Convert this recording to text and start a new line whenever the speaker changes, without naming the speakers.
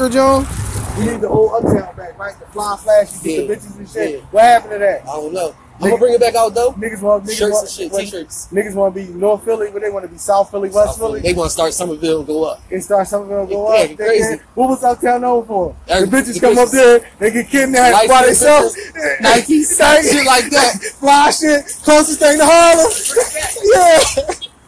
Walker, Joe?
We need the old uptown back, right? The fly flash, you get
Yeah.
the bitches and shit.
Yeah.
What happened to that?
I don't know. I'm gonna bring it back out though.
Niggas want niggas
Shirts
want,
and shit,
want-
t-shirts.
niggas want to be North Philly, but they want to be South Philly, West Philly.
They want to start Somerville and go up.
and start something gonna go
Yeah,
up.
you
They
crazy.
can't- What was Uptown known for?
Every-
the bitches
the
come up
bitches-
there, they get kidnapped
Lights
by
and
themselves.
Nikes, shit like that.
Fly shit, closest thing to Harlem. yeah.